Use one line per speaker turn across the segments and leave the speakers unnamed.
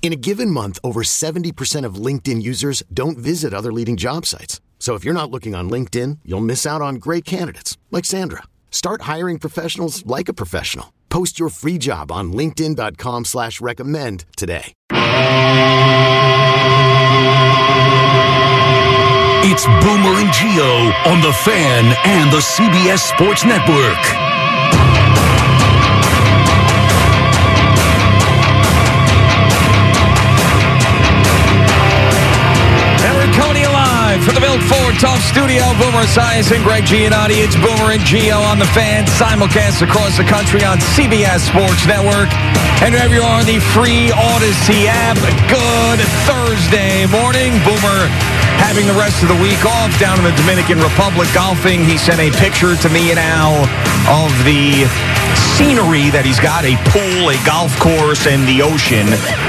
In a given month, over 70% of LinkedIn users don't visit other leading job sites. So if you're not looking on LinkedIn, you'll miss out on great candidates like Sandra. Start hiring professionals like a professional. Post your free job on linkedin.com slash recommend today.
It's Boomer and Geo on the Fan and the CBS Sports Network.
Howard Cody live from the Milk Ford Tough Studio. Boomer Science and Greg Giannotti. It's Boomer and Geo on the fan. Simulcast across the country on CBS Sports Network. And wherever you are on the free Odyssey app, good Thursday morning. Boomer having the rest of the week off down in the Dominican Republic golfing. He sent a picture to me and Al of the scenery that he's got a pool, a golf course, and the ocean.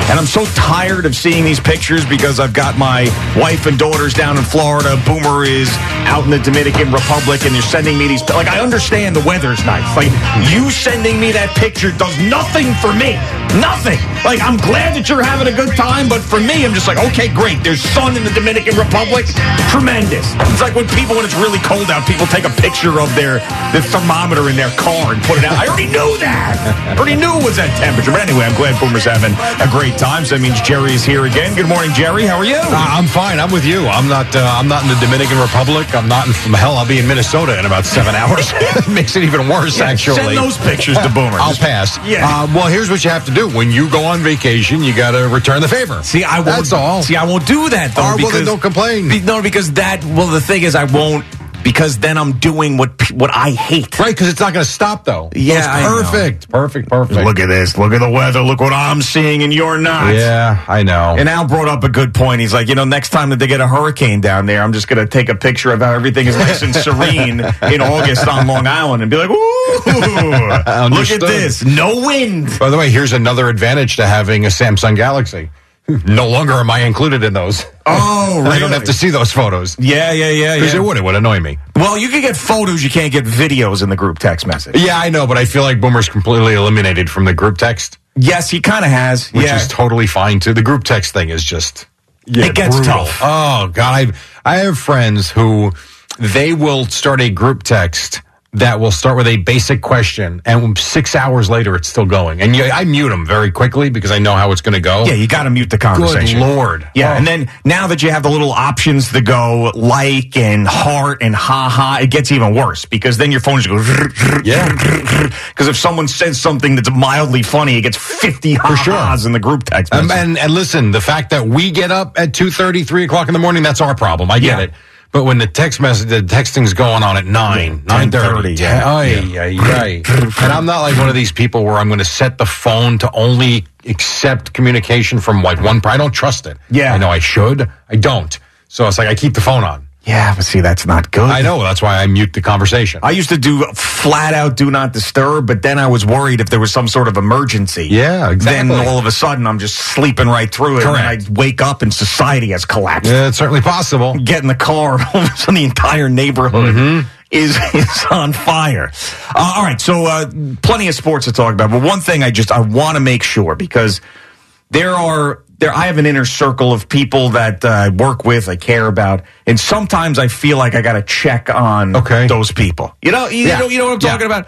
And I'm so tired of seeing these pictures because I've got my wife and daughters down in Florida. Boomer is out in the Dominican Republic, and they're sending me these. Like, I understand the weather's nice. Like, you sending me that picture does nothing for me. Nothing. Like, I'm glad that you're having a good time, but for me, I'm just like, okay, great. There's sun in the Dominican Republic. Tremendous. It's like when people, when it's really cold out, people take a picture of their the thermometer in their car and put it out. I already knew that. I already knew it was that temperature. But anyway, I'm glad Boomer's having a great time. So that means Jerry's here again. Good morning, Jerry. How are you?
Uh, I'm fine. I'm with you. I'm not. Uh, I'm not in the Dominican Republic. I'm not in from hell. I'll be in Minnesota in about seven hours. Makes it even worse,
Yeah,
actually.
send those pictures to Boomer.
I'll pass.
Yeah.
Uh, well, here's what you have to do when you go on vacation. You got to return the favor.
See, I won't.
That's all.
See, I won't do that though.
All right, well, then
because-
don't complain.
Be- no, because that. Well, the thing is, I won't because then I'm doing what pe- what I hate.
Right, because it's not going to stop though.
Yeah,
it's
I know.
perfect, perfect, perfect.
Look at this. Look at the weather. Look what I'm seeing, and you're not.
yeah, I know.
And Al brought up a good point. He's like, you know, next time that they get a hurricane down there, I'm just going to take a picture of how everything is nice and serene in August on Long Island and be like, ooh, look at
Understood.
this. No wind.
By the way, here's another advantage to having a Samsung Galaxy. no longer am I included in those.
Oh,
I don't have to see those photos.
Yeah, yeah, yeah,
Because
yeah.
it would, it would annoy me.
Well, you can get photos. You can't get videos in the group text message.
Yeah, I know, but I feel like Boomer's completely eliminated from the group text,
Yes, he kind of has.
which
yeah.
is totally fine too. The group text thing is just yeah,
It gets
brutal.
tough.
Oh God, I I have friends who they will start a group text that will start with a basic question, and six hours later it's still going. And yeah, I mute them very quickly because I know how it's going to go.
yeah, you got to mute the
Good
conversation.
lord.
Yeah,
Oh.
and then now that you have the little options to go like and heart and ha ha, it gets even worse because then your phone just goes.
Yeah.
Because if someone says something that's mildly funny, it gets 50 ha
sure.
ha's in the group text.
Um,
message.
and and listen, the fact that we get up at 2.30, 3 o'clock in the morning, that's our problem. I get
Yeah.
it. But when the text message, the texting's going on at 9,
Yeah,
9.30.
10:30, yeah.
And I'm not like one of these people where I'm going to set the phone to only accept communication from like one, pri- I don't trust it.
Yeah.
I know I should. I don't. So it's like I keep the phone on.
yeah, but see, that's not good.
I know. That's why I mute the conversation.
I used to do flat out do not disturb, but then I was worried if there was some sort of emergency.
Yeah, exactly.
Then all of a sudden I'm just sleeping right through it, and
Correct.
then I wake up and society has collapsed.
yeah, it's certainly possible.
Get in the car, all of a sudden the entire neighborhood
Mm-hmm.
is is on fire. Uh, all right, so uh, plenty of sports to talk about, but one thing I just I want to make sure because there are there I have an inner circle of people that uh, I work with, I care about, and sometimes I feel like I got to check on
Okay.
those people. You know, you,
Yeah.
know, you know what I'm
Yeah.
talking about.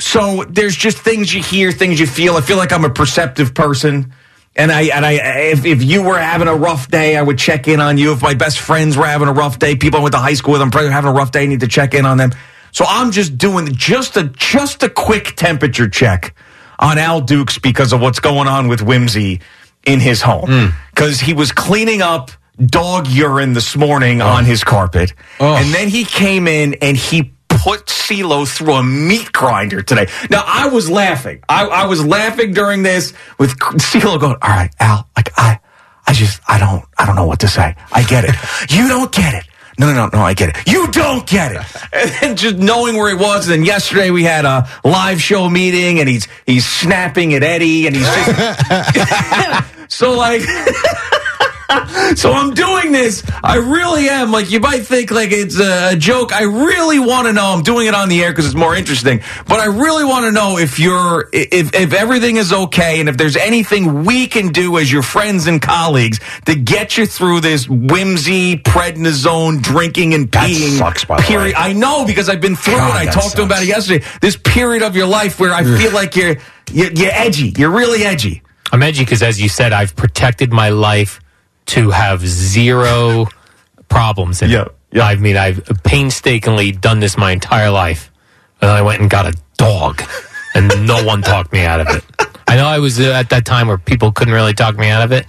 So there's just things you hear, things you feel. I feel like I'm a perceptive person, and I and I if, if you were having a rough day, I would check in on you. If my best friends were having a rough day, people I went to high school with, I'm probably having a rough day. I need to check in on them. So I'm just doing just a just a quick temperature check on Al Dukes because of what's going on with Whimsy in his home. Because he was cleaning up dog urine this morning on his carpet. And then he came in and he put CeeLo through a meat grinder today. Now, I was laughing. I, I was laughing during this with CeeLo going, All right, Al, like, I. I just, I don't, I don't know what to say. I get it. you don't get it. No, no, no, no, I get it. You don't get it. And then just knowing where he was. And then yesterday we had a live show meeting and he's, he's snapping at Eddie and he's just, so like, so I'm doing this. I really am. Like you might think like it's a joke. I really want to know. I'm doing it on the air because it's more interesting. But I really want to know if you're if if everything is okay and if there's anything we can do as your friends and colleagues to get you through this whimsy, prednisone, drinking and
That
peeing.
sucks, by the way.
period. I know because I've been through
God,
it. I
that
talked to him about it yesterday. This period of your life where I feel like you're you're, you're edgy. You're really edgy.
I'm edgy because, as you said, I've protected my life to have zero problems. In
Yeah,
it. I mean, I've painstakingly done this my entire life, and then I went and got a dog, and no one talked me out of it. I know I was uh, at that time where people couldn't really talk me out of it.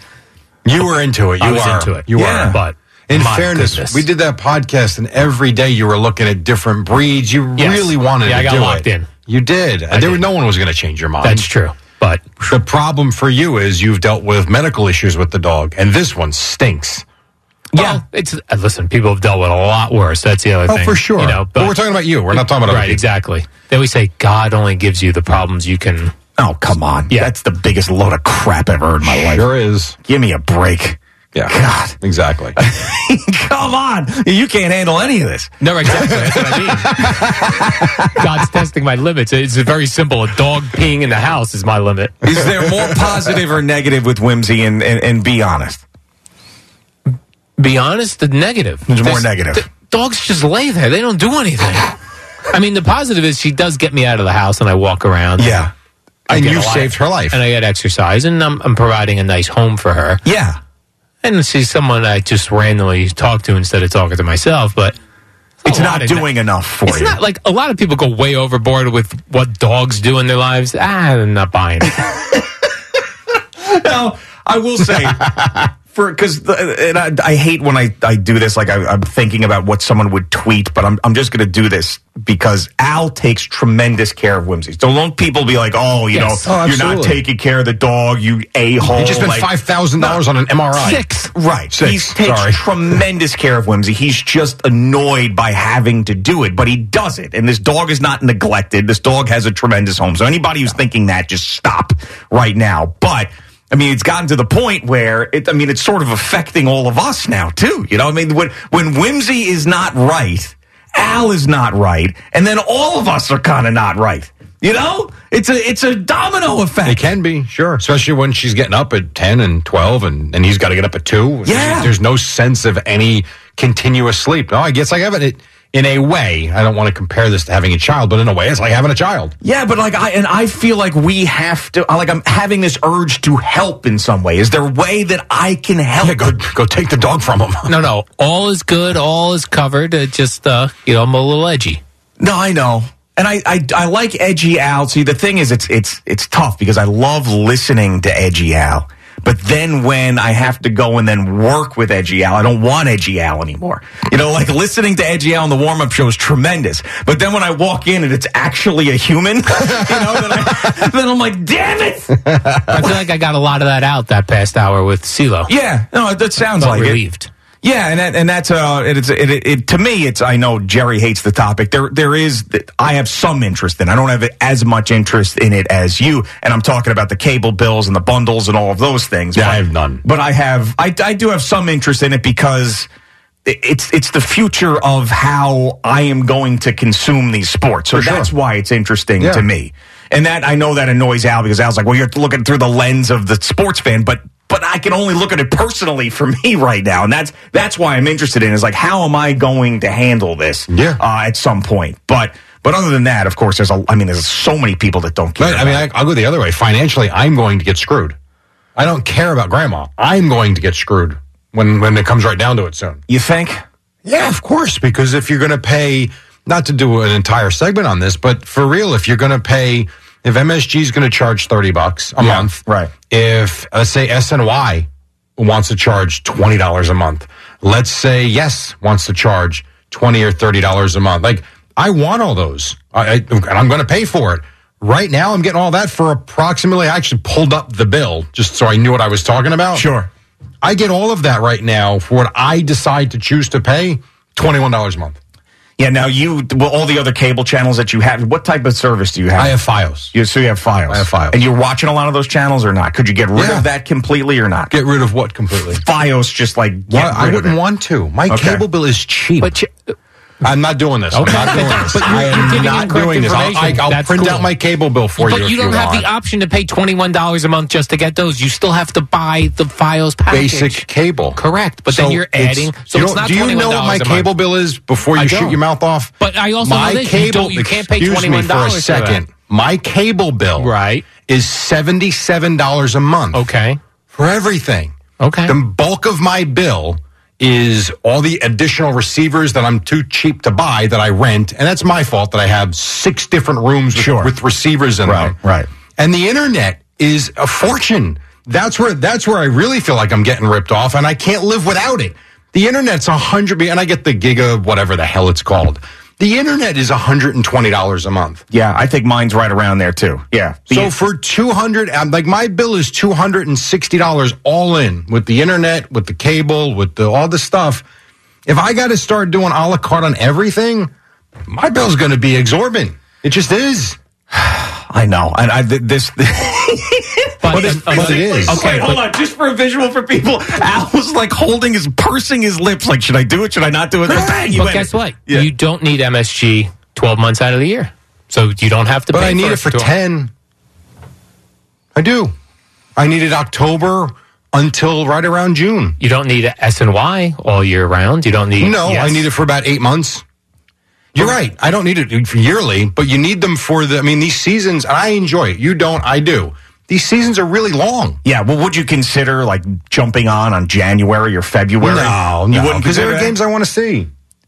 You were into it. You
I was
are.
into it.
You
Yeah.
are.
but
In
my
fairness,
goodness.
we did that podcast, and every day you were looking at different breeds. You
Yes.
really wanted to
Yeah, I got
do
locked
it.
in.
You did. And there
did.
was no one was going to change your mind.
That's true, but
The problem for you is you've dealt with medical issues with the dog, and this one stinks.
yeah, it's uh, listen. People have dealt with a lot worse. That's the other
Oh,
thing.
for sure.
You know,
but, we're talking about you. We're not talking about other
right.
people.
Exactly. They always say God only gives you the problems you can.
Oh, come on.
Yeah.
That's the biggest load of crap I've ever in my life.
Sure is.
Give me a break.
Yeah.
God.
Exactly.
come on. You can't handle any of this.
No, exactly. That's what I mean. God's testing my limits. It's very simple. A dog peeing in the house is my limit.
Is there more positive or negative with whimsy and, and, and be honest?
Be honest, the negative.
There's more negative.
dogs just lay there. They don't do anything. I mean, the positive is she does get me out of the house and I walk around.
Yeah.
I
and
get
you
a lot of-
saved her life.
And I get exercise and I'm, I'm providing a nice home for her.
Yeah.
And she's someone I just randomly talk to instead of talking to myself, but
It's
a
not
lot of-
doing enough for
It's
you.
not like a lot of people go way overboard with what dogs do in their lives. Ah, I'm not buying it.
Now, I will say, for because and I, I hate when I, I do this. Like I, I'm thinking about what someone would tweet, but I'm I'm just going to do this because Al takes tremendous care of Whimsy. So don't people be like, oh, you
Yes.
know,
Oh,
you're not
absolutely.
taking care of the dog, you a hole.
you just spent five thousand dollars on an MRI.
Six.
Right.
Six,
He takes
sorry.
tremendous care of Whimsy. He's just annoyed by having to do it, but he does it. And this dog is not neglected. This dog has a tremendous home. So anybody who's thinking that, just stop right now. But I mean, it's gotten to the point where it, I mean, it's sort of affecting all of us now too. You know, I mean, when when Whimsy is not right, Al is not right, and then all of us are kind of not right. You know, it's a it's a domino effect.
It can be sure, especially when she's getting up at ten and twelve, and and he's got to get up at two.
Yeah.
there's no sense of any continuous sleep. No, I guess I have it- it in a way. I don't want to compare this to having a child, but in a way, it's like having a child.
Yeah, but like I and I feel like we have to like I'm having this urge to help in some way. Is there a way that I can help?
Yeah, go go take the dog from him.
No, no. All is good. All is covered. It just, uh, you know, I'm a little edgy.
No, I know. And I, I I like edgy Al. See, the thing is it's it's it's tough because I love listening to edgy Al. But then when I have to go and then work with Edgy Al, I don't want Edgy Al anymore. You know, like listening to Edgy Al on the warm up show is tremendous. But then when I walk in and it's actually a human, you know, then, I, then I'm like, damn it!
I feel like I got a lot of that out that past hour with CeeLo.
Yeah, no, that sounds
Felt
like it.
relieved.
Yeah, and that, and that's uh, it's it, it, it to me. It's I know Jerry hates the topic. There there is I have some interest in. I don't have as much interest in it as you. And I'm talking about the cable bills and the bundles and all of those things.
Yeah,
but,
I have none.
But I have I I do have some interest in it because. i- It's it's the future of how I am going to consume these sports, so
For sure.
that's why it's interesting
Yeah.
to me. And that I know that annoys Al because Al's like, well, you're looking through the lens of the sports fan, but but I can only look at it personally for me right now, and that's that's why I'm interested in is like, how am I going to handle this?
Yeah.
uh, at some point, but. But other than that, of course, there's a. I mean, there's so many people that don't care.
But, I mean, I, I'll go the other way. Financially, I'm going to get screwed. I don't care about grandma. I'm going to get screwed when when it comes right down to it soon.
you think?
Yeah, of course, because if you're going to pay, not to do an entire segment on this, but for real, if you're going to pay if MSG is going to charge 30 bucks a
Yeah,
month,
right.
If let's say SNY wants to charge $20 a month, let's say Yes wants to charge 20 or $30 a month. Like I want all those. I, I, and I'm going to pay for it. Right now I'm getting all that for approximately I actually pulled up the bill just so I knew what I was talking about.
Sure.
I get all of that right now for what I decide to choose to pay, $21 a month.
Yeah. Now you, well, all the other cable channels that you have. What type of service do you have?
I have FiOS.
You, so you have files.
I have Fios.
And you're watching a lot of those channels or not? Could you get rid
Yeah.
of that completely or not?
Get rid of what completely?
Fios just like get
Well, I
rid of
wouldn't
it.
want to. My
Okay.
cable bill is cheap.
But you,
I'm not doing this. I'm not doing this.
But you're-
I
you're
am
giving
not
incorrect
doing this. I'll, I,
information.
I'll
That's
print
cool.
out my cable bill for
but
you.
you,
if
don't have
want.
the option to pay twenty one dollars a month just to get those. You still have to buy the files package.
basic cable.
Correct, but then you're
it's-
adding- so
you
it's
don't-
not
do you know
$21
what my
a month.
cable bill is before you
I
shoot
don't.
your mouth off?
But I also
my
know this. You
cable.
don't- you can't pay
excuse me for a
$21 for
second.
that.
My cable bill
Right.
is seventy seven dollars a month.
Okay.
for everything.
Okay.
The bulk of my bill is all the additional receivers that I'm too cheap to buy that I rent, and that's my fault that I have six different rooms with,
Sure.
with receivers in
Right,
them.
right.
And the internet is a fortune. That's where that's where I really feel like I'm getting ripped off, and I can't live without it. The internet's a hundred, and I get the giga, whatever the hell it's called. The internet is hundred and twenty dollars a month.
Yeah, I think mine's right around there too. Yeah. The-
So for two hundred, I'm like my bill is two hundred and sixty dollars all in with the internet, with the cable, with the, all the stuff. If I got to start doing a la carte on everything, my bill's going to be exorbitant. It just is.
I know, and I th- this.
But,
but it is.
Okay, hold on, just for a visual for people. Al was like holding his, pursing his lips, like, should I do it? Should I not do it? Then bang, you
But
went.
guess what?
Yeah.
You don't need MSG 12 months out of the year. So you don't have to
But
pay
I need it for
it.
ten. I do. I need it October until right around June.
You don't need S and Y all year round. You don't need
No,
Yes.
I need it for about eight months. You're right. I don't need it yearly, but you need them for the. I mean, these seasons. I enjoy it. You don't. I do. These seasons are really long.
Yeah, well, would you consider like jumping on on January or February?
No,
you
no,
wouldn't
because
consider
there are
that?
games I want to see.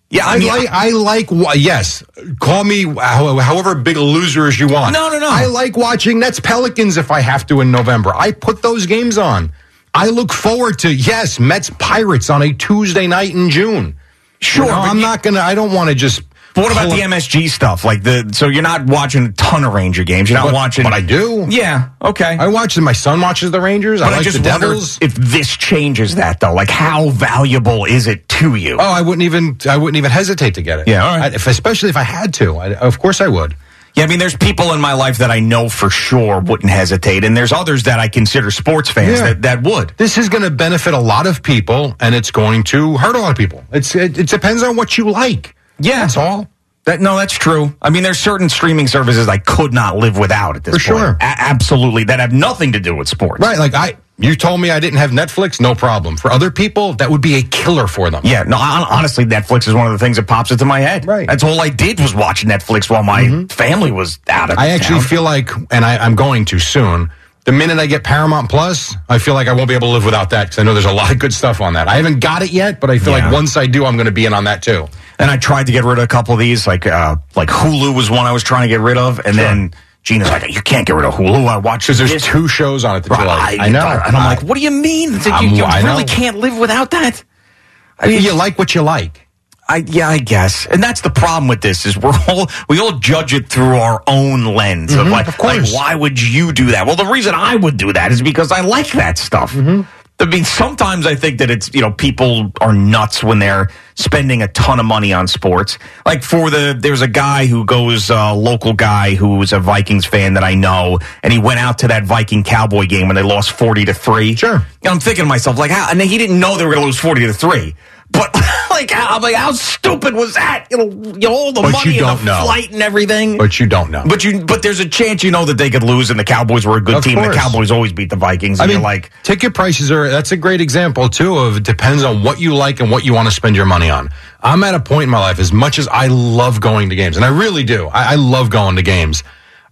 Yeah,
I,
I mean,
like. I like. wa- Yes, call me how- however big a loser as you want.
No, no, no.
I like watching Nets Pelicans if I have to in November. I put those games on. I look forward to yes Mets Pirates on a Tuesday night in June.
Sure,
You know,
but
I'm
you-
not gonna. I don't want to just.
But what about
pull
the
up-
MSG stuff? Like the so you're not watching a ton of Ranger games. You're not
But-
watching.
but I do.
Yeah. Okay.
I watch them. My son watches the Rangers.
but
I
I,
like
just
the
wonder
Devils.
if this changes that though. Like, how valuable is it to you?
oh, I wouldn't even. I wouldn't even hesitate to get it.
Yeah, all right.
I- if, especially if I had to. I, of course, I would.
Yeah, I mean, there's people in my life that I know for sure wouldn't hesitate, and there's others that I consider sports fans
Yeah.
that, that would.
This is going to benefit a lot of people, and it's going to hurt a lot of people. It's it, it depends on what you like.
Yeah.
that's all.
That no, that's true. I mean, there's certain streaming services I could not live without at this
For
point.
sure.
A- absolutely, that have nothing to do with sports.
Right? Like I, you told me I didn't have Netflix. No problem. For other people, that would be a killer for them.
Yeah, no, hon- honestly, Netflix is one of the things that pops into my head.
Right. Mm-hmm.
That's all I did was watch Netflix while my family was out of
I actually
town.
feel like, and I, I'm going to soon. The minute I get Paramount Plus, I feel like I won't be able to live without that because I know there's a lot of good stuff on that. I haven't got it yet, but I feel
Yeah.
like once I do, I'm going to be in on that too.
And I tried to get rid of a couple of these, like uh, like Hulu was one I was trying to get rid of, and then Gina's like, "You can't get rid of Hulu." I watch
Because there's
this."
two shows on it that
Right,
you're like, I, know.
and I'm like, "What do you mean? It's like you,
I'm-
you
I
really
know.
can't live without that?"
I mean, you like what you like.
I yeah, I guess, and that's the problem with this is we're all we all judge it through our own lens of like,
Mm-hmm, of
like,
course.
why would you do that? Well, the reason I would do that is because I like that stuff.
Mm-hmm.
I mean, sometimes I think that it's you know people are nuts when they're spending a ton of money on sports. Like for the there's a guy who goes uh, local guy who's a Vikings fan that I know, and he went out to that Viking Cowboy game when they lost forty to three.
Sure.
And I'm thinking to myself, like, how, and he didn't know they were going to lose 40 to 3. But, like, how- I'm like, how stupid was that? You know, you know, all the
But
money
you
and
don't
the
know.
flight and everything.
But you don't know.
But you, but there's a chance you know that they could lose, and the Cowboys were a good
Of
team, and the
course.
Cowboys always beat the Vikings. And you're like,
ticket prices are. That's a great example too of it depends on what you like and what you want to spend your money on. I'm at a point in my life. As much as I love going to games, and I really do, I, I love going to games.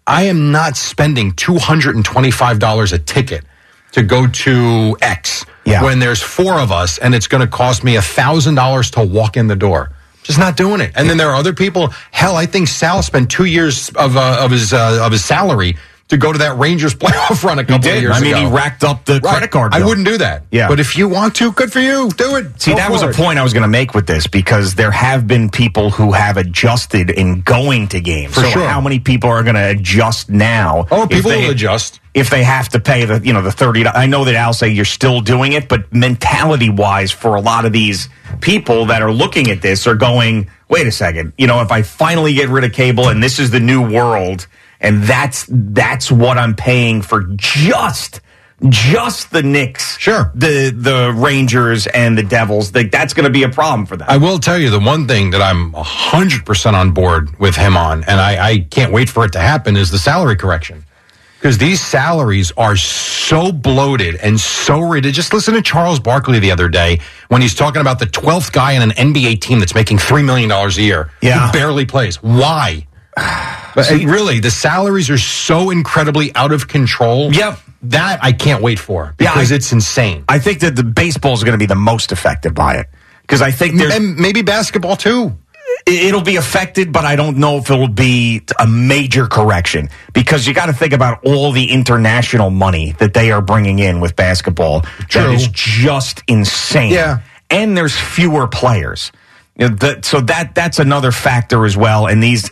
I am not spending two hundred and twenty-five dollars a ticket to go to X
Yeah.
when there's four of us, and it's going to cost me thousand dollars to walk in the door. Just not doing it. And then there are other people. Hell, I think Sal spent two years of uh, of his uh, of his salary to go to that Rangers playoff run a couple of years
I mean,
ago.
he racked up the
Right.
credit card.
I
bill.
wouldn't do that.
Yeah.
But if you want to, good for you. Do it.
See,
Go
that
for
was a
it.
point I was going to make with this because there have been people who have adjusted in going to games.
For
so
sure.
how many people are going to adjust now?
Oh,
if
people
they-
will adjust.
if they have to pay the you know the thirty. do- I know that Al say you're still doing it, but mentality wise, for a lot of these people that are looking at this, are going, wait a second, you know, if I finally get rid of cable and this is the new world, and that's that's what I'm paying for, just just the Knicks,
Sure.
the the Rangers and the Devils, like that's going to be a problem for them.
I will tell you the one thing that I'm 100% on board with him on, and I, I can't wait for it to happen, is the salary correction. Because these salaries are so bloated and so ridiculous. Just listen to Charles Barkley the other day when he's talking about the 12th guy in an NBA team that's making $3 million a year.
Yeah.
Who barely plays. Why? But uh, really, the salaries are so incredibly out of control.
Yep.
That I can't wait for
Yeah, I-
because it's insane.
I think that the baseball is going to be the most affected by it because I think there's
and maybe basketball too.
it- it'll be affected, but I don't know if it'll be a major correction because you got to think about all the international money that they are bringing in with basketball. That
True.
is just insane.
Yeah.
and there's fewer players, You know, that- so that that's another factor as well. And these,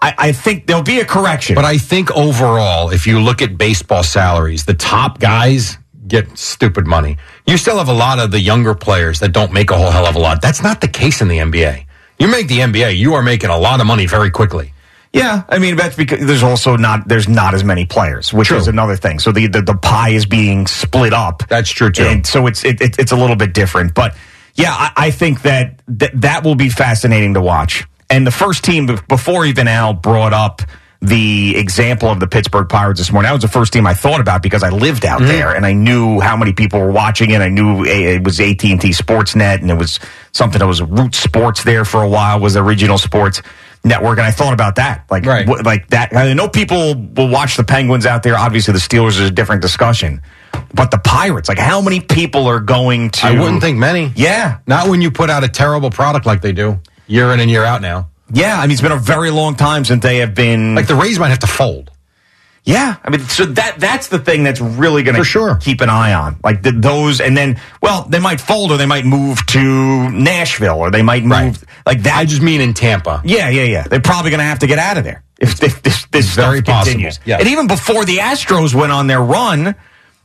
I, I think there'll be a correction.
But I think overall, if you look at baseball salaries, the top guys get stupid money. You still have a lot of the younger players that don't make a whole hell of a lot. That's not the case in the NBA. You make the NBA, you are making a lot of money very quickly.
Yeah, I mean that's because there's also not there's not as many players, which
True.
is another thing. So the, the the pie is being split up.
That's true, too.
And so it's it, it, it's a little bit different, but yeah, I, I think that th- that will be fascinating to watch. And the first team be- before even Al brought up the example of the Pittsburgh Pirates this morning. That was the first team I thought about because I lived out there and I knew how many people were watching it. I knew eh, it was AT&T Sportsnet and it was something that was Root Sports there for a while was original sports network and I thought about that. Like
Right.
what- like that. I know people will watch the Penguins out there. Obviously, the Steelers is a different discussion, but the Pirates. Like, how many people are going to?
I wouldn't think many.
Yeah,
Not when you put out a terrible product like they do year in and year out now.
yeah. I mean, it's been a very long time since they have been.
Like the Rays might have to fold.
yeah, I mean, so that that's the thing that's really going to
For sure.
keep an eye on. Like th those, and then well, they might fold or they might move to Nashville or they might move
Right.
like that.
I just mean in Tampa.
Yeah, yeah, yeah. They're probably going to have to get out of there if, if this, this
Very
stuff
possible,
continues.
yes.
And even before the Astros went on their run,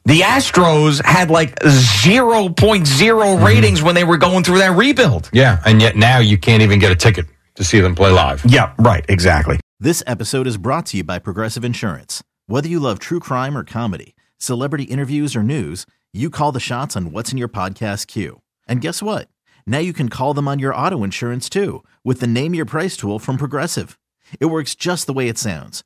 the Astros had like 0.0 ratings when they were going through that rebuild.
Yeah, and yet now you can't even get a ticket to see them play live.
Yeah, right, exactly.
This episode is brought to you by Progressive Insurance. Whether you love true crime or comedy, celebrity interviews or news, you call the shots on what's in your podcast queue. And guess what? Now you can call them on your auto insurance too with the Name Your Price tool from Progressive. It works just the way it sounds.